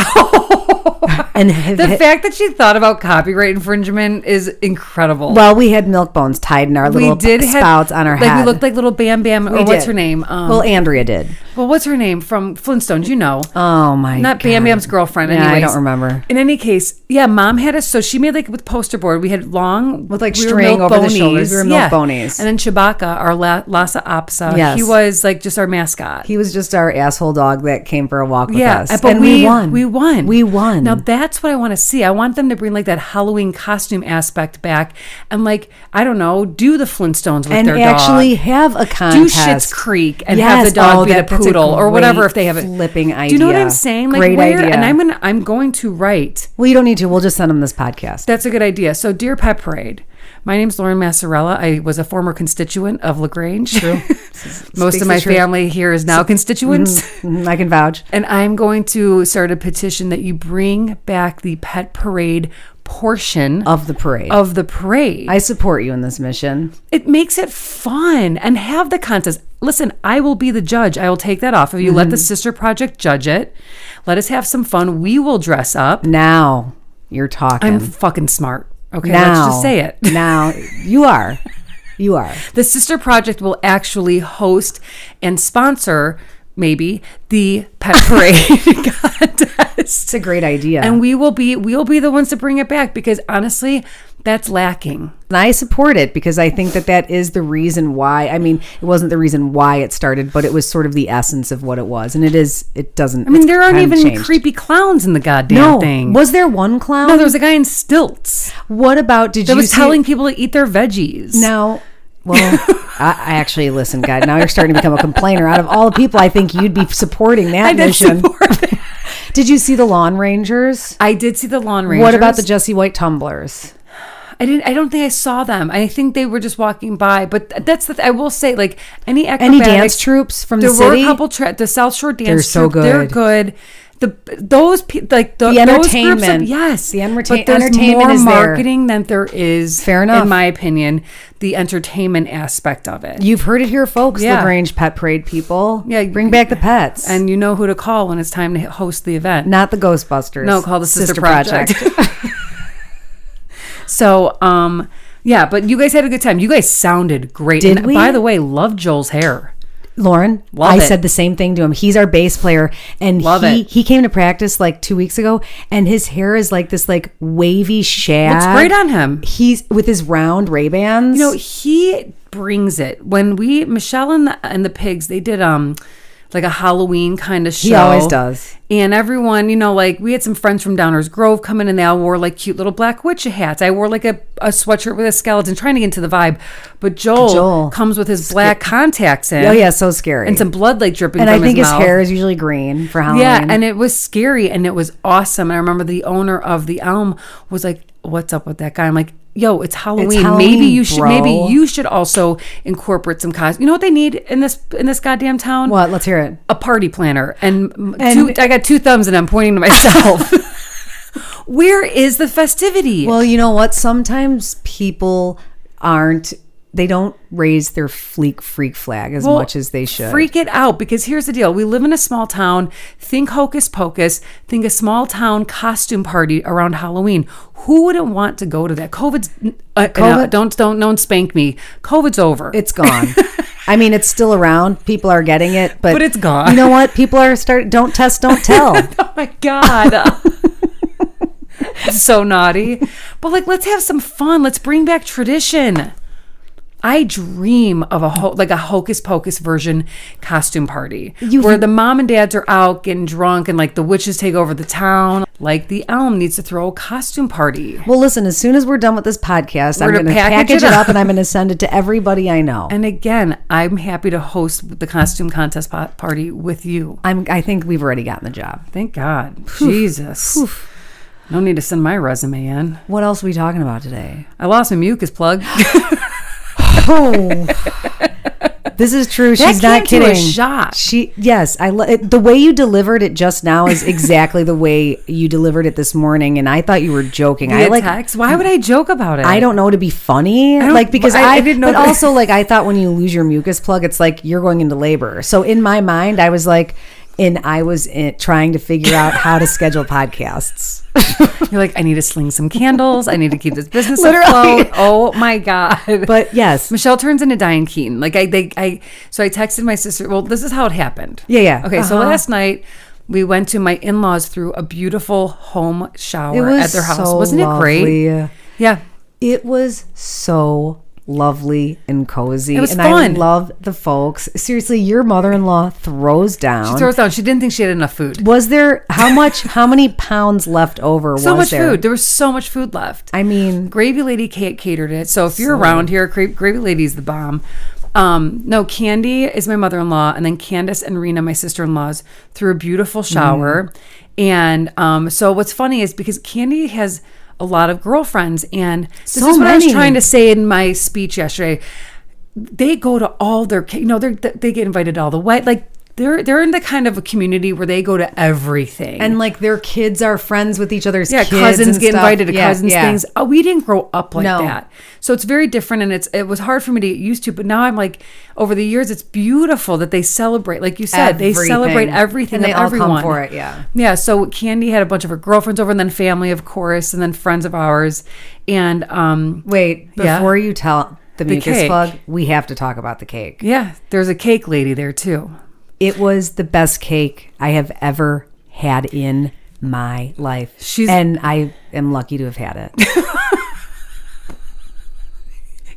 A: and have
B: the fact that she thought about copyright infringement is incredible.
A: well, we had milk bones tied in our
B: we
A: little
B: did have
A: spouts on our
B: like
A: head.
B: we looked like little Bam Bam. or
A: We
B: what's
A: did.
B: her name? Um,
A: well,
B: well,
A: Andrea did.
B: what's her name from Flintstones? You know.
A: Oh my!
B: not Bam
A: God.
B: Bam's girlfriend.
A: Yeah, I
B: anyways.
A: don't remember.
B: In any case, yeah, mom had us. So she made like with poster board. We had long
A: With, like,
B: we were
A: string
B: milk
A: over the shoulders. We were milk
B: yeah.
A: bonies.
B: And then Chewbacca, our la- Lhasa Apso.
A: Yes.
B: he was like just our mascot.
A: He was just our asshole dog that came for a walk with
B: yeah,
A: us,
B: but
A: and
B: we,
A: we, won.
B: We won.
A: We won.
B: Now that's what I want to see. I want them to bring like that Halloween costume aspect back, and like I don't know, do the Flintstones with
A: and
B: their
A: actually
B: dog.
A: have a
B: Do
A: contest.
B: Shit's Creek and have the dog
A: oh,
B: be
A: that-
B: the
A: that's a
B: poodle or whatever
A: great
B: if they have it.
A: Flipping idea.
B: Do you know what I'm saying? Like
A: great
B: where,
A: idea.
B: And I'm gonna I'm going to write
A: Well, you don't need to. We'll just send them this podcast.
B: That's a good idea. So, Dear Pet Parade, my name's Lauren Massarella. I was a former constituent of LaGrange. True. Most
A: Speaks
B: of my
A: the truth.
B: family here is now constituents.
A: Mhm, I can vouch.
B: And I'm going to start a petition that you bring back the pet parade portion
A: Of the parade.
B: of the parade.
A: I support you in this mission.
B: it makes it fun and have the contest. Listen, I will be the judge. I will take that off of you.
A: Mm-hmm.
B: Let the Sister Project judge it. Let us have some fun. We will dress up.
A: Now you're talking.
B: I'm fucking smart. Okay,
A: now,
B: let's just say it.
A: now you are. You are.
B: The Sister Project will actually host and sponsor, maybe, the pet parade contest.
A: It's a great idea.
B: And
A: And,
B: we will be we'll be the ones to bring it back because honestly, that's lacking.
A: I support it because I think that that is the reason why. I mean, it wasn't the reason why it started, but it was sort of the essence of what it was. And it is, it doesn't.
B: I mean, there aren't even creepy clowns in the goddamn
A: No.
B: thing.
A: Was there one clown?
B: no, there was a guy in stilts
A: what about, did
B: that
A: you
B: was
A: see-
B: telling people to eat their veggies.
A: Now, well, I, I actually listen, God. Now you're starting to become a complainer. Out of all the people, I think you'd be supporting that
B: I did
A: mission.
B: support it.
A: Did you see the Lawn Rangers?
B: I did see the lawn rangers.
A: What about the Jesse White tumblers?
B: I didn't. I don't think I saw them. I think they were just walking by. But th- that's the. Th- I will say, like any
A: Any
B: acrobatic,
A: dance troops from
B: There
A: the
B: were
A: city?
B: a couple. Tra- the South Shore dance.
A: They're so
B: troupe, They're good. The those pe- like the,
A: The
B: those Groups
A: entertainment.
B: of, yes,
A: The entertain-
B: But there's
A: entertainment
B: more
A: is there.
B: marketing than there is.
A: Fair enough.
B: in my opinion, the entertainment aspect of it.
A: You've heard it here, folks.
B: Yeah.
A: Lagrange Pet Parade people.
B: Yeah,
A: bring back the pets
B: and you know who to call when it's time to h- host the event.
A: not the Ghostbusters.
B: No, call the Sister Project. so, um, Yeah, but you guys had a good time. You guys sounded great.
A: Did
B: and
A: we?
B: by the way, love Joel's hair.
A: Lauren,
B: Love
A: I
B: it.
A: said the same thing to him. He's our bass player, and
B: Love
A: he
B: it.
A: he came to practice like two weeks ago, and his hair is like this like wavy shag.
B: It's great on him.
A: He's with his round Ray Bans.
B: You know, he brings it. When we Michelle and the and the pigs, they did um like a Halloween kind of show.
A: always does.
B: And everyone, you know, like we had some friends from Downers Grove come in and they all wore like cute little black witch hats. I wore like a, a sweatshirt with a skeleton, trying to get into the vibe. But Joel,
A: Joel.
B: comes with his black contacts in.
A: oh yeah, so scary.
B: And some blood like dripping
A: and
B: from
A: I think his,
B: mouth.
A: hair is usually green for Halloween.
B: Yeah, and it was scary and it was awesome. And I remember the owner of the elm was like, "What's up with that guy?" I'm like, "Yo, it's Halloween. maybe
A: Halloween,
B: you should
A: bro."
B: maybe you should also incorporate some cos. You know what they need in this in this goddamn town?
A: what? Let's hear it.
B: A party planner. And, m-
A: And-
B: two, I got two thumbs and I'm pointing to myself. Where is the festivity?
A: Well, you know what? Sometimes people aren't. They don't raise their fleek freak flag as
B: Well,
A: much as they should.
B: Freak it out because here's the deal. We live in a small town. Think hocus pocus. Think a small town costume party around Halloween. Who wouldn't want to go to that? COVID's uh,
A: COVID-
B: uh, don't don't don't spank me. COVID's over.
A: It's gone. I mean, it's still around. People are getting it, but
B: But it's gone.
A: You know what? People are start. Don't test, don't tell.
B: oh my god. so naughty. But like let's have some fun. Let's bring back tradition. I dream of a ho- like a hocus pocus version costume party where the mom and dads are out getting drunk and like the witches take over the town. Like the elm needs to throw a costume party.
A: well, listen. As soon as we're done with this podcast, I'm
B: We're
A: going
B: gonna
A: to
B: package
A: package
B: it
A: it up
B: up.
A: and I'm going to send it to everybody I know.
B: And again, I'm happy to host the costume contest po- party with you.
A: I'm. I think we've already gotten the job.
B: Thank God. Jesus. No need to send my resume in.
A: What else are we talking about today?
B: I lost my mucus plug.
A: Oh. This is true. She's not
B: came to a
A: kidding.
B: shock.
A: She yes, I lo- it, the way you delivered it just now is exactly the way you delivered it this morning, and I thought you were joking. I
B: I
A: like
B: Why would I joke about it?
A: I don't know to be funny,
B: don't-
A: like because
B: I-
A: I,
B: I didn't know
A: But
B: that.
A: also, like I thought when you lose your mucus plug, it's like you're going into labor. So in my mind, I was like, and I was in, trying to figure out how to schedule podcasts.
B: You're like, I need to sling some candles. I need to keep this business
A: Literally.
B: afloat. Oh my god.
A: But yes,
B: Michelle turns into Diane Keaton. Like I, they, I. So I texted my sister. Well, this is how it happened.
A: Yeah, yeah.
B: Okay, so
A: Uh-huh.
B: last night we went to my in-laws through a beautiful home shower
A: it was
B: at their house.
A: so
B: Wasn't it great?
A: lovely.
B: Yeah.
A: It was so lovely and cozy.
B: It was
A: and I
B: fun.
A: love the folks. Seriously, your mother-in-law throws down.
B: She throws down. She didn't think she had enough food.
A: was there how much? how many pounds left over?
B: So
A: was
B: much
A: there?
B: food. There was so much food left.
A: I mean,
B: Gravy Lady Kate catered it. So if you're around here, Gra- Gravy Lady's the bomb. Um, no, Candy is my mother in law, and then Candace and Rena, my sister in laws, threw a beautiful
A: Mm-hmm.
B: shower. And um, so what's funny is because Candy has a lot of girlfriends, and this
A: So
B: is what I was
A: many.
B: trying to say in my speech yesterday. They go to all their, ca- you know, they they get invited to all the wet, like. They're, they're in the kind of a community where they go to everything
A: and like their kids are friends with each other's
B: yeah,
A: kids
B: cousins
A: and
B: get
A: stuff.
B: invited to
A: Yeah,
B: cousins
A: yeah.
B: things. Oh, we didn't grow up like
A: No.
B: that, so it's very different, and it's it was hard for me to get used to. But now I'm like, over the years, it's beautiful that they celebrate, like you said, they celebrate
A: Everything.
B: everything.
A: And they
B: of
A: all come
B: everyone.
A: for it, yeah.
B: yeah. So Candy had a bunch of her girlfriends over, and then family, of course, and then friends of ours, and um,
A: Wait,
B: Yeah.
A: before you tell the, mucus
B: cake.
A: plug, we have to talk about the cake.
B: yeah, there's a cake lady there too.
A: It was the best cake I have ever had in my life.
B: She's-
A: and I am lucky to have had it.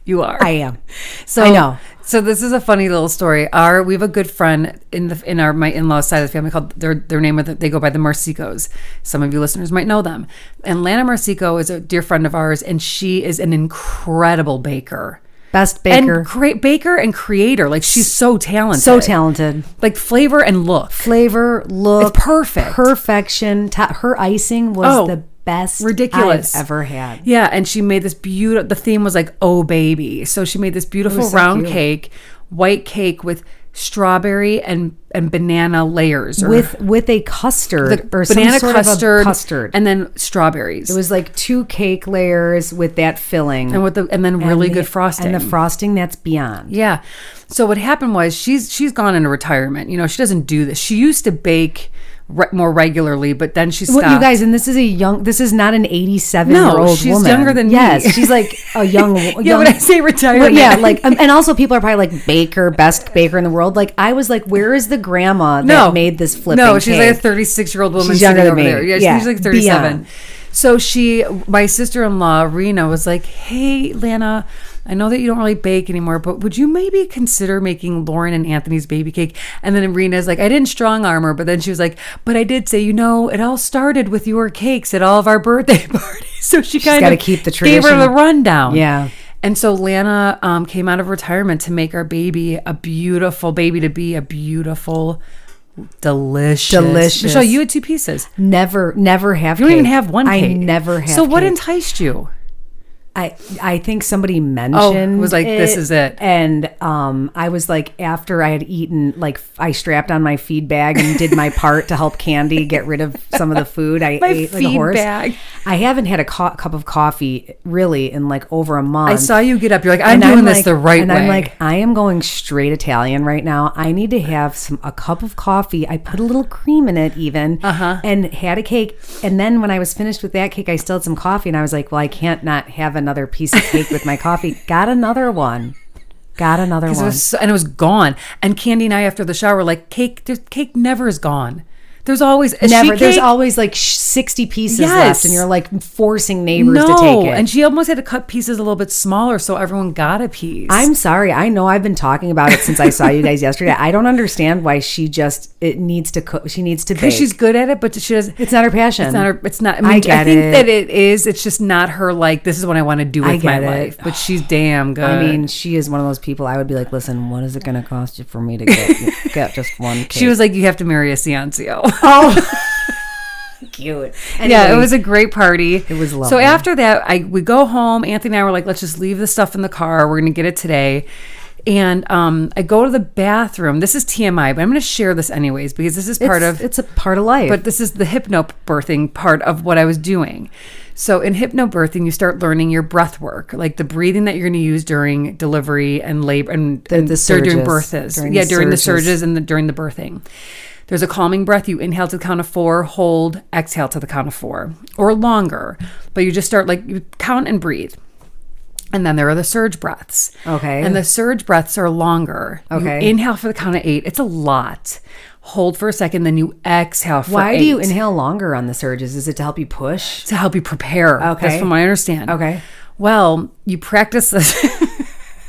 B: You are.
A: I am.
B: So
A: I know.
B: So this is a funny little story. Our we have a good friend in the in our my in laws side of the family called their their name of the, they go by the Marcicos. Some of you listeners might know them. And Lana Marcico is a dear friend of ours, and she is an incredible baker.
A: Best baker.
B: And great baker and creator. Like she's so talented.
A: so talented.
B: Like flavor and look.
A: Flavor, look,
B: It's perfect.
A: perfection. Ta- her icing was
B: Oh,
A: the best
B: ridiculous.
A: I've ever had.
B: Yeah, and she made this beautiful. The theme was like "Oh baby," so she made this beautiful
A: so
B: round
A: cute.
B: cake, white cake with strawberry and and banana layers, or
A: With with a custard or some
B: banana
A: sort
B: custard,
A: of a custard.
B: and then strawberries.
A: It was like two cake layers with that filling.
B: and with the and then really good frosting.
A: And the frosting that's beyond.
B: yeah. So what happened was she's she's gone into retirement. You know she doesn't do this. She used to bake re- more regularly, but then she stopped.
A: What you guys, and this is a young. This is not an eighty-seven
B: No,
A: year old
B: she's
A: woman.
B: younger than me.
A: yes, she's like a young. young
B: yeah, when I say
A: Well,
B: retirement,
A: yeah, like, um, and also people are probably like baker, best baker in the world. Like, I was like, where is the grandma that made this flipping?
B: No, she's like a
A: cake?
B: 36 year old woman
A: She's
B: sitting
A: younger than
B: over
A: me.
B: there. Yeah,
A: Yeah,
B: she's like 37.
A: beyond.
B: So she, my sister in law Rena, was like, "Hey, Lana, I know that you don't really bake anymore, but would you maybe consider making Lauren and Anthony's baby cake?" And then Rena's like, "I didn't strong arm her, but then she was like, but I did say, you know, it all started with your cakes at all of our birthday parties." So she kind
A: gotta
B: of
A: keep the
B: gave her
A: tradition.
B: the rundown.
A: Yeah.
B: And so Lana um, came out of retirement to make our baby a beautiful baby to be a beautiful, delicious.
A: Delicious.
B: Michelle, you had two pieces. You
A: never, never have.
B: don't even have one.
A: I
B: cake.
A: never have.
B: So what
A: cake.
B: enticed you?
A: I I think somebody mentioned
B: was like, this is it.
A: and um I was like after I had eaten like f- I strapped on my feed bag and did my part to help Candy get rid of some of the food I
B: My
A: ate like a
B: feed
A: horse.
B: bag.
A: I haven't had a co- cup of coffee really in like over a month.
B: I saw you get up. You're like, I'm doing this
A: like-
B: the right
A: Um, and
B: way.
A: I'm like, I am going straight Italian right now. I need to have some a cup of coffee. I put a little cream in it, even, uh-huh. and had a cake. And then when I was finished with that cake, I still had some coffee, and I was like, well, I can't not have another piece of cake with my coffee. Got another one. Got another
B: It
A: one.
B: was so- and it was gone. And Candy and I, after the shower, were like, cake, there's, cake never is gone. There's always a
A: Never.
B: She
A: There's
B: cake,
A: always like sh- 60 pieces
B: Yes.
A: left, and you're like forcing neighbors
B: no.
A: to take it.
B: And she almost had to cut pieces a little bit smaller so everyone got a piece.
A: I'm sorry. I know I've been talking about it since I saw you guys yesterday. I don't understand why she just it needs to cook. She needs to bake.
B: Because she's good at it, but she does.
A: It's not her passion.
B: It's not. Her, it's not. I, mean,
A: I
B: I,
A: get
B: think
A: it.
B: that it is. It's just not her. Like this is what I want to do with my
A: get it.
B: life. But she's damn good.
A: I mean, she is one of those people. I would be like, listen, what is it going to cost you for me to get get just one? Cake?
B: she was like, "You have to marry a Ciancio."
A: Oh. cute.
B: yeah, it was a great party. It
A: was
B: So
A: lovely.
B: after that, I we go home. Anthony and I were like, "Let's just leave the stuff in the car. We're gonna get it today." And um, I go to the bathroom. This is TMI, but I'm going to share this anyways because this is part of
A: it's a part of life.
B: But this is the hypnobirthing part of what I was doing. So in hypnobirthing, you start learning your breath work, like the breathing that you're going to use during delivery and labor and,
A: The-
B: and
A: the
B: dur-
A: surges,
B: during births.
A: during
B: yeah,
A: the
B: during the
A: surges.
B: surges and the, during the birthing. There's a calming breath. You inhale to the count of four, hold, exhale to the count of four, or longer. But you just start like you count and breathe. And then there are the surge breaths.
A: Okay.
B: And the surge breaths are longer. You
A: Okay.
B: inhale for the count of eight. It's a lot. Hold for a second, then you exhale for
A: why do you
B: eight
A: inhale longer on the surges? Is it to help you push?
B: to help you prepare. That's
A: Okay.
B: from what I understand.
A: Okay.
B: Well, you practice this.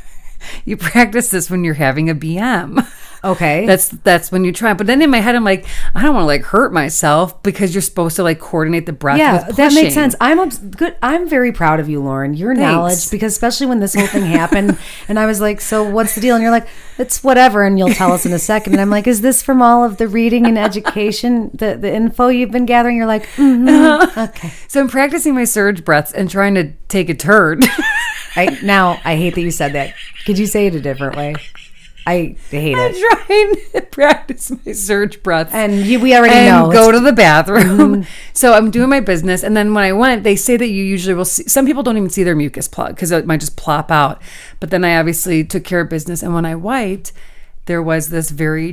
B: you practice this when you're having a BM.
A: Okay,
B: That's that's when you try. But then in my head, I'm like, I don't want to like hurt myself because you're supposed to like coordinate the breath.
A: yeah,
B: with
A: that
B: pushing.
A: makes sense. I'm obs- good. I'm very proud of you, Lauren. Your knowledge, because especially when this whole thing happened, and I was like, "So what's the deal?" And you're like, "It's whatever," and you'll tell us in a second. And I'm like, "Is this from all of the reading and education, the the info you've been gathering?" You're like, "Mhm, "Okay."
B: So I'm practicing my surge breaths and trying to take a turd.
A: I now I hate that you said that. Could you say it a different way? I hate it.
B: trying to practice my surge breaths.
A: And you, we already
B: and
A: know. Mm-hmm.
B: go to the bathroom. So I'm doing my business, and then when I went, they say that you usually will see. Some people don't even see their mucus plug because it might just plop out. But then I obviously took care of business, and when I wiped, there was this very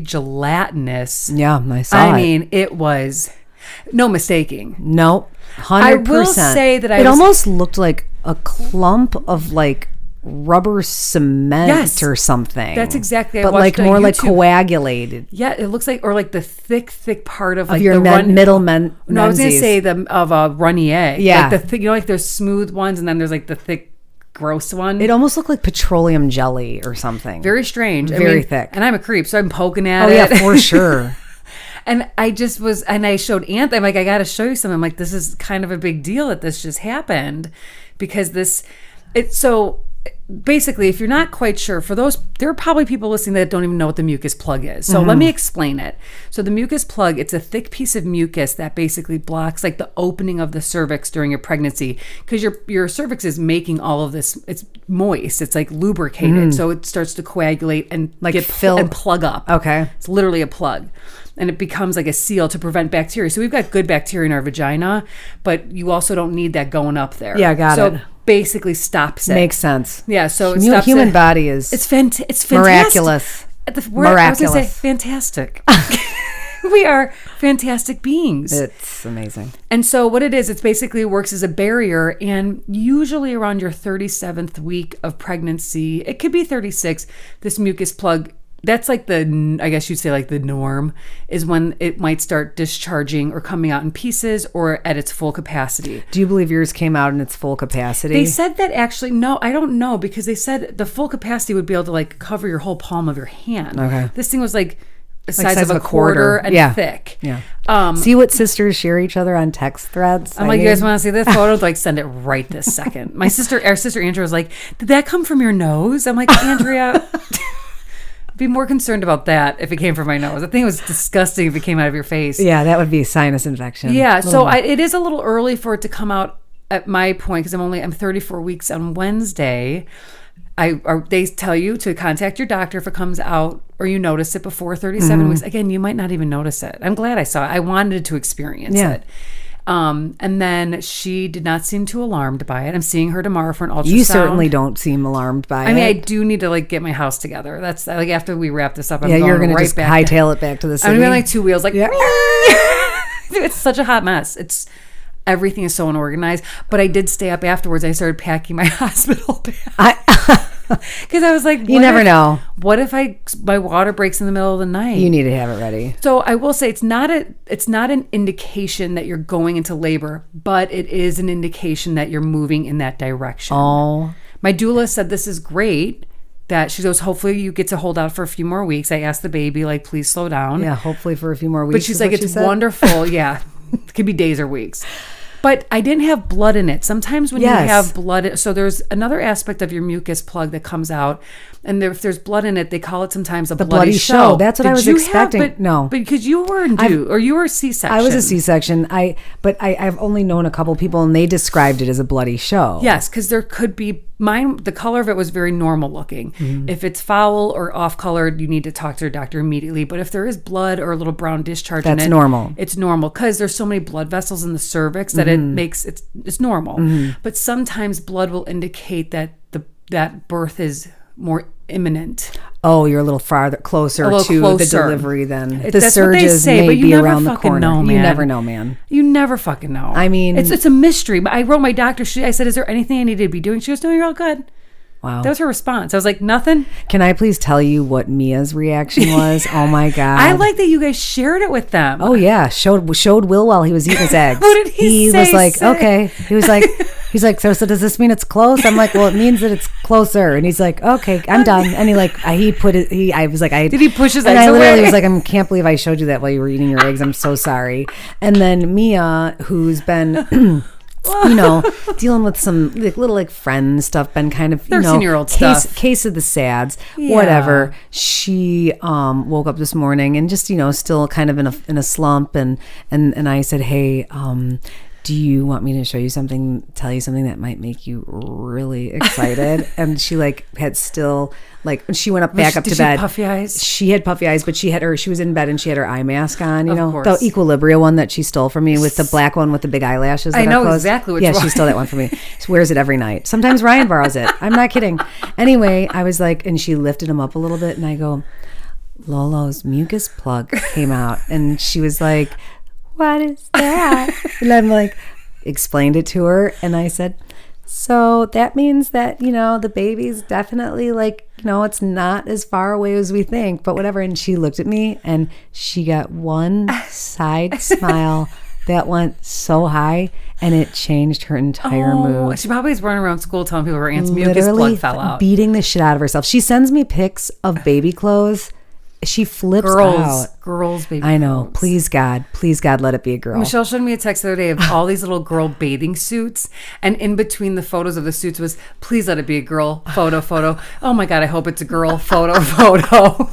B: gelatinous.
A: It's- yeah, I Mm. saw
B: I
A: it.
B: mean, it was no mistaking.
A: no, hundred
B: will
A: percent.
B: say that I
A: it
B: was-
A: almost looked like a clump of like rubber cement
B: Yes.
A: or something.
B: That's exactly- I
A: But like
B: watched a
A: more like
B: YouTube-
A: coagulated.
B: Yeah, it looks like or like the thick, thick part of, like
A: your
B: the
A: men,
B: run-
A: middle men.
B: No, I was gonna
A: menses.
B: say the of a runnier.
A: Yeah.
B: like the thick. You know, like there's smooth ones, and then there's like the thick, gross one.
A: it almost looked like petroleum jelly or something.
B: very strange, I
A: Very thick.
B: and I'm a creep, so I'm poking at
A: oh
B: it.
A: yeah, for sure.
B: And I just was, and I showed Anthem, like, I got to show you something. I'm like, this is kind of a big deal that this just happened because this, it, so basically, if you're not quite sure, for those, there are probably people listening that don't even know what the mucus plug is. So let me explain it. So the mucus plug, it's a thick piece of mucus that basically blocks like the opening of the cervix during your pregnancy because your, your cervix is making all of this, it's moist, it's like lubricated. So it starts to coagulate and like Mm. get
A: fill-
B: filled and plug up.
A: Okay.
B: It's literally a plug. And it becomes like a seal to prevent bacteria. So we've got good bacteria in our vagina, but you also don't need that going up there.
A: Yeah, got
B: so
A: it.
B: basically stops it.
A: Makes sense.
B: yeah, so it
A: Mu-
B: stops
A: human
B: it.
A: body is
B: It's fant- it's fantastic.
A: miraculous.
B: At the word, I was gonna say
A: Miraculous.
B: fantastic. we are fantastic beings.
A: It's amazing.
B: And so what it is, it's basically works as a barrier and usually around your 37th week of pregnancy, it could be 36, this mucus plug that's like the I guess you'd say like the norm is when it might start discharging or coming out in pieces or at its full capacity.
A: Do you believe yours came out in its full capacity?
B: They said that actually, no, I don't know because they said the full capacity would be able to like cover your whole palm of your hand.
A: Okay.
B: This thing was like the size, of, a quarter, and
A: Yeah.
B: thick.
A: yeah.
B: Um,
A: See what sisters share each other on text threads.
B: I'm
A: I
B: like, you guys
A: mean,
B: want to see the photos? Like, send it right this second. My sister, our sister Andrea was like, did that come from your nose? I'm like, Andrea, I'd be more concerned about that if it came from my nose. I think it was disgusting if it came out of your face.
A: yeah, that would be sinus infection.
B: Yeah, so I, it is a little early for it to come out at my point because I'm only I'm 34 weeks on Wednesday. I or they tell you to contact your doctor if it comes out or you notice it before 37
A: Mm-hmm.
B: weeks. Again, you might not even notice it. I'm glad I saw it. I wanted to experience
A: Yeah.
B: it. Um, and then she did not seem too alarmed by it. I'm seeing her tomorrow for an ultrasound.
A: You certainly don't seem alarmed by
B: I mean, I
A: it.
B: do need to like get my house together. That's like after we wrap this up. I'm
A: yeah, you're
B: going
A: gonna
B: right
A: just
B: back to-
A: hightail it back to the city.
B: I'm gonna be on, like two wheels, like
A: Yeah.
B: it's such a hot mess. It's everything is so unorganized. But I did stay up afterwards. I started packing my hospital bag
A: I,
B: because I was like,
A: You
B: what
A: never
B: if-
A: know.
B: What if I my water breaks in the middle of the night?
A: you need to have it ready.
B: so I will say it's not a it's not an indication that you're going into labor, but it is an indication that you're moving in that direction.
A: Oh,
B: My doula said this is great. That she goes, hopefully you get to hold out for a few more weeks. I asked the baby, like, please slow down.
A: yeah. Hopefully for a few more weeks.
B: But she's
A: is
B: like,
A: what she
B: it's
A: said.
B: wonderful. yeah. It could be days or weeks. But I didn't have blood in it. Sometimes when
A: Yes.
B: you have blood, so there's another aspect of your mucus plug that comes out, and there, if there's blood in it, they call it sometimes a bloody,
A: bloody
B: show.
A: show. That's what I was
B: you
A: expecting.
B: Have, but,
A: No.
B: because you were due or you were C-section.
A: I was a C-section. I but I, I've only known a couple people, and they described it as a bloody show.
B: Yes, because there could be mine. The color of it was very normal looking.
A: Mm-hmm.
B: If it's foul or off colored, you need to talk to your doctor immediately. But if there is blood or a little brown discharge, in
A: That's
B: it,
A: normal.
B: It's normal because there's so many blood vessels in the cervix that it
A: Mm-hmm.
B: makes it's it's normal. But sometimes blood will indicate that the that birth is more imminent.
A: Oh, you're a little farther, closer
B: little
A: to
B: closer.
A: the delivery than
B: It-
A: the
B: that's what they
A: surges
B: say,
A: may
B: but you
A: be
B: never
A: around the
B: fucking
A: corner.
B: know,
A: You
B: man.
A: never know, man.
B: You never fucking know.
A: I mean-
B: it's it's a mystery. But I wrote my doctor. She I said, "Is there anything I need to be doing?" She goes, "No, you're all good."
A: Wow.
B: That was her response. I was like, "Nothing."
A: Can I please tell you what Mia's reaction was? oh my god.
B: I like that you guys shared it with them.
A: Oh yeah, showed showed Will while he was eating his eggs.
B: What did he say,
A: was like,
B: sis?
A: okay. He was like, he's like, so so does this mean it's close? I'm like, well, it means that it's closer. And he's like, okay, I'm done. And he like, I, he put it. He, I was like, I
B: Did he push his
A: And
B: eggs
A: I literally
B: away?
A: was like, I can't believe I showed you that while you were eating your eggs. I'm so sorry. And then Mia, who's been. you know, dealing with some like, little like friend stuff, been kind of you know
B: 13-year-old
A: case
B: stuff.
A: case of the sads, whatever. She um, woke up this morning and just you know still kind of in a in a slump, and and and I said, hey. Um, do you want me to show you something, tell you something that might make you really excited? and she like had still like she went up back
B: she-
A: up
B: did
A: to
B: she have
A: bed.
B: puffy eyes?
A: She had puffy eyes, but she had her she was in bed and she had her eye mask on. You know the
B: course.
A: Equilibria one that she stole from me with the black one with the big eyelashes.
B: I
A: that are
B: know
A: closed.
B: exactly which
A: yeah, she
B: one.
A: stole that one from me. She wears it every night. Sometimes Ryan borrows it. I'm not kidding. Anyway, I was like, and she lifted him up a little bit, and I go, Lolo's mucus plug came out, and she was like, "What is that?" and I'm like, explained it to her, and I said. So that means that, you know, the baby's definitely like, you know, it's not as far away as we think, but whatever. And she looked at me and she got one side smile that went so high and it changed her entire mood.
B: Oh, she probably is running around school telling people her aunt's mucus
A: Literally
B: plug fell out.
A: beating the shit out of herself. She sends me pics of baby clothes. She flips
B: Girls,
A: out.
B: girls, baby.
A: I know.
B: girls.
A: Please God, please God, let it be a girl.
B: Michelle showed me a text the other day of all these little girl bathing suits, and in between the photos of the suits was, "Please let it be a girl." Photo, photo. Oh my god, I hope it's a girl. Photo, photo.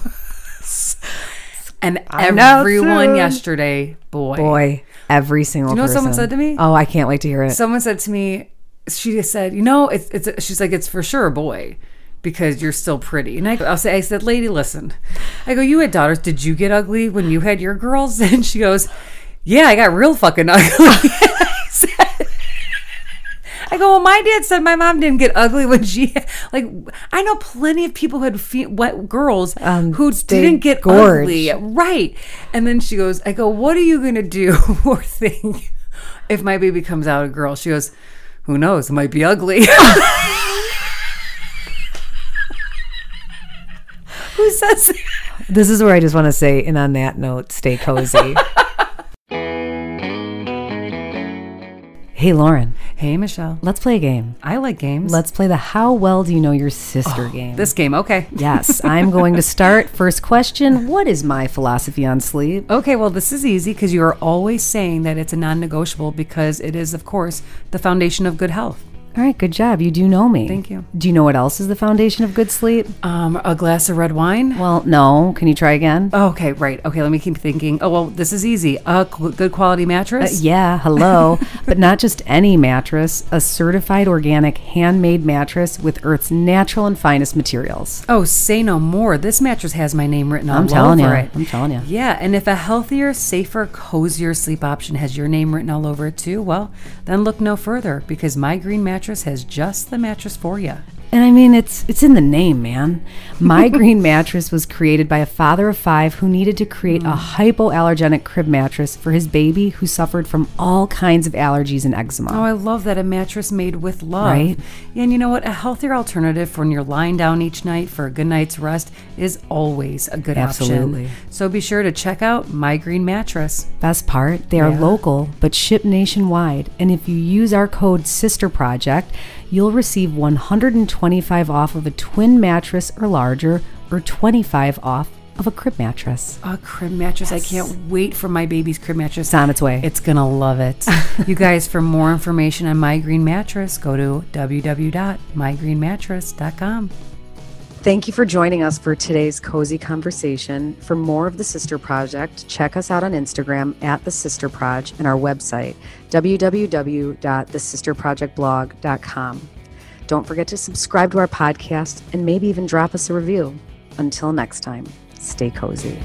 B: and
A: know soon.
B: everyone yesterday, boy,
A: Boy, every single
B: you know what someone
A: person.
B: said to me?
A: Oh, I can't wait to hear it.
B: someone said to me, she said, you know, it's, it's she's like, it's for sure a boy because you're still pretty. And I, I'll say, I said, lady, listen, I go, you had daughters. Did you get ugly when you had your girls? And she goes, yeah, I got real fucking ugly. I said- I go, go, well, my dad said my mom didn't get ugly when she, like, I know plenty of people who had fe- what girls
A: Um,
B: who
A: they
B: didn't get
A: gorge.
B: ugly. Right. And then she goes, I go, what are you going to do or think if my baby comes out a girl? She goes, who knows? It might be ugly. who says that?
A: This is where I just want to say, and on that note, stay cozy. hey, Lauren,
B: Hey, Michelle.
A: let's play a game.
B: I like games.
A: Let's play the How Well Do You Know Your Sister game.
B: Oh, this game. Okay.
A: yes, I'm going to start. First question What is my philosophy on sleep?
B: Okay, well, this is easy because you are always saying that it's a non negotiable because it is, of course, the foundation of good health.
A: All right, good job. You do know me.
B: Thank you.
A: Do you know what else is the foundation of good sleep?
B: Um, a glass of red wine.
A: Well, no. Can you try again?
B: Okay, right. Okay, let me keep thinking. Oh, well, this is easy. A qu- good quality mattress.
A: Uh, Yeah, hello. but not just any mattress, a certified organic handmade mattress with Earth's natural and finest materials.
B: Oh, say no more. This mattress has my name written all
A: I'm telling
B: over
A: you.
B: it.
A: I'm telling you.
B: Yeah, and if a healthier, safer, cozier sleep option has your name written all over it too, well, then look no further because my green mattress has just the mattress for you.
A: And I mean, it's it's in the name, man. My green mattress was created by a father of five who needed to create a
B: Mm.
A: hypoallergenic crib mattress for his baby who suffered from all kinds of allergies and eczema.
B: Oh, I love that a mattress made with love.
A: Right?
B: And you know what? A healthier alternative for when you're lying down each night for a good night's rest is always a good
A: Absolutely.
B: option. So be sure to check out My Green Mattress.
A: Best part, they are
B: Yeah.
A: local but ship nationwide. And if you use our code Sister Project, you'll receive 125 off of a twin mattress or larger, or 25 off of a crib mattress.
B: A crib mattress. I can't wait for my baby's crib mattress.
A: It's on its way.
B: It's going to love it. you guys, for more information on My Green Mattress, go to www.mygreenmattress.com.
A: Thank you for joining us for today's cozy conversation. For more of the Sister Project, check us out on Instagram at the Sister Proj and our website www.thesisterprojectblog.com. Don't forget to subscribe to our podcast and maybe even drop us a review. Until next time, stay cozy.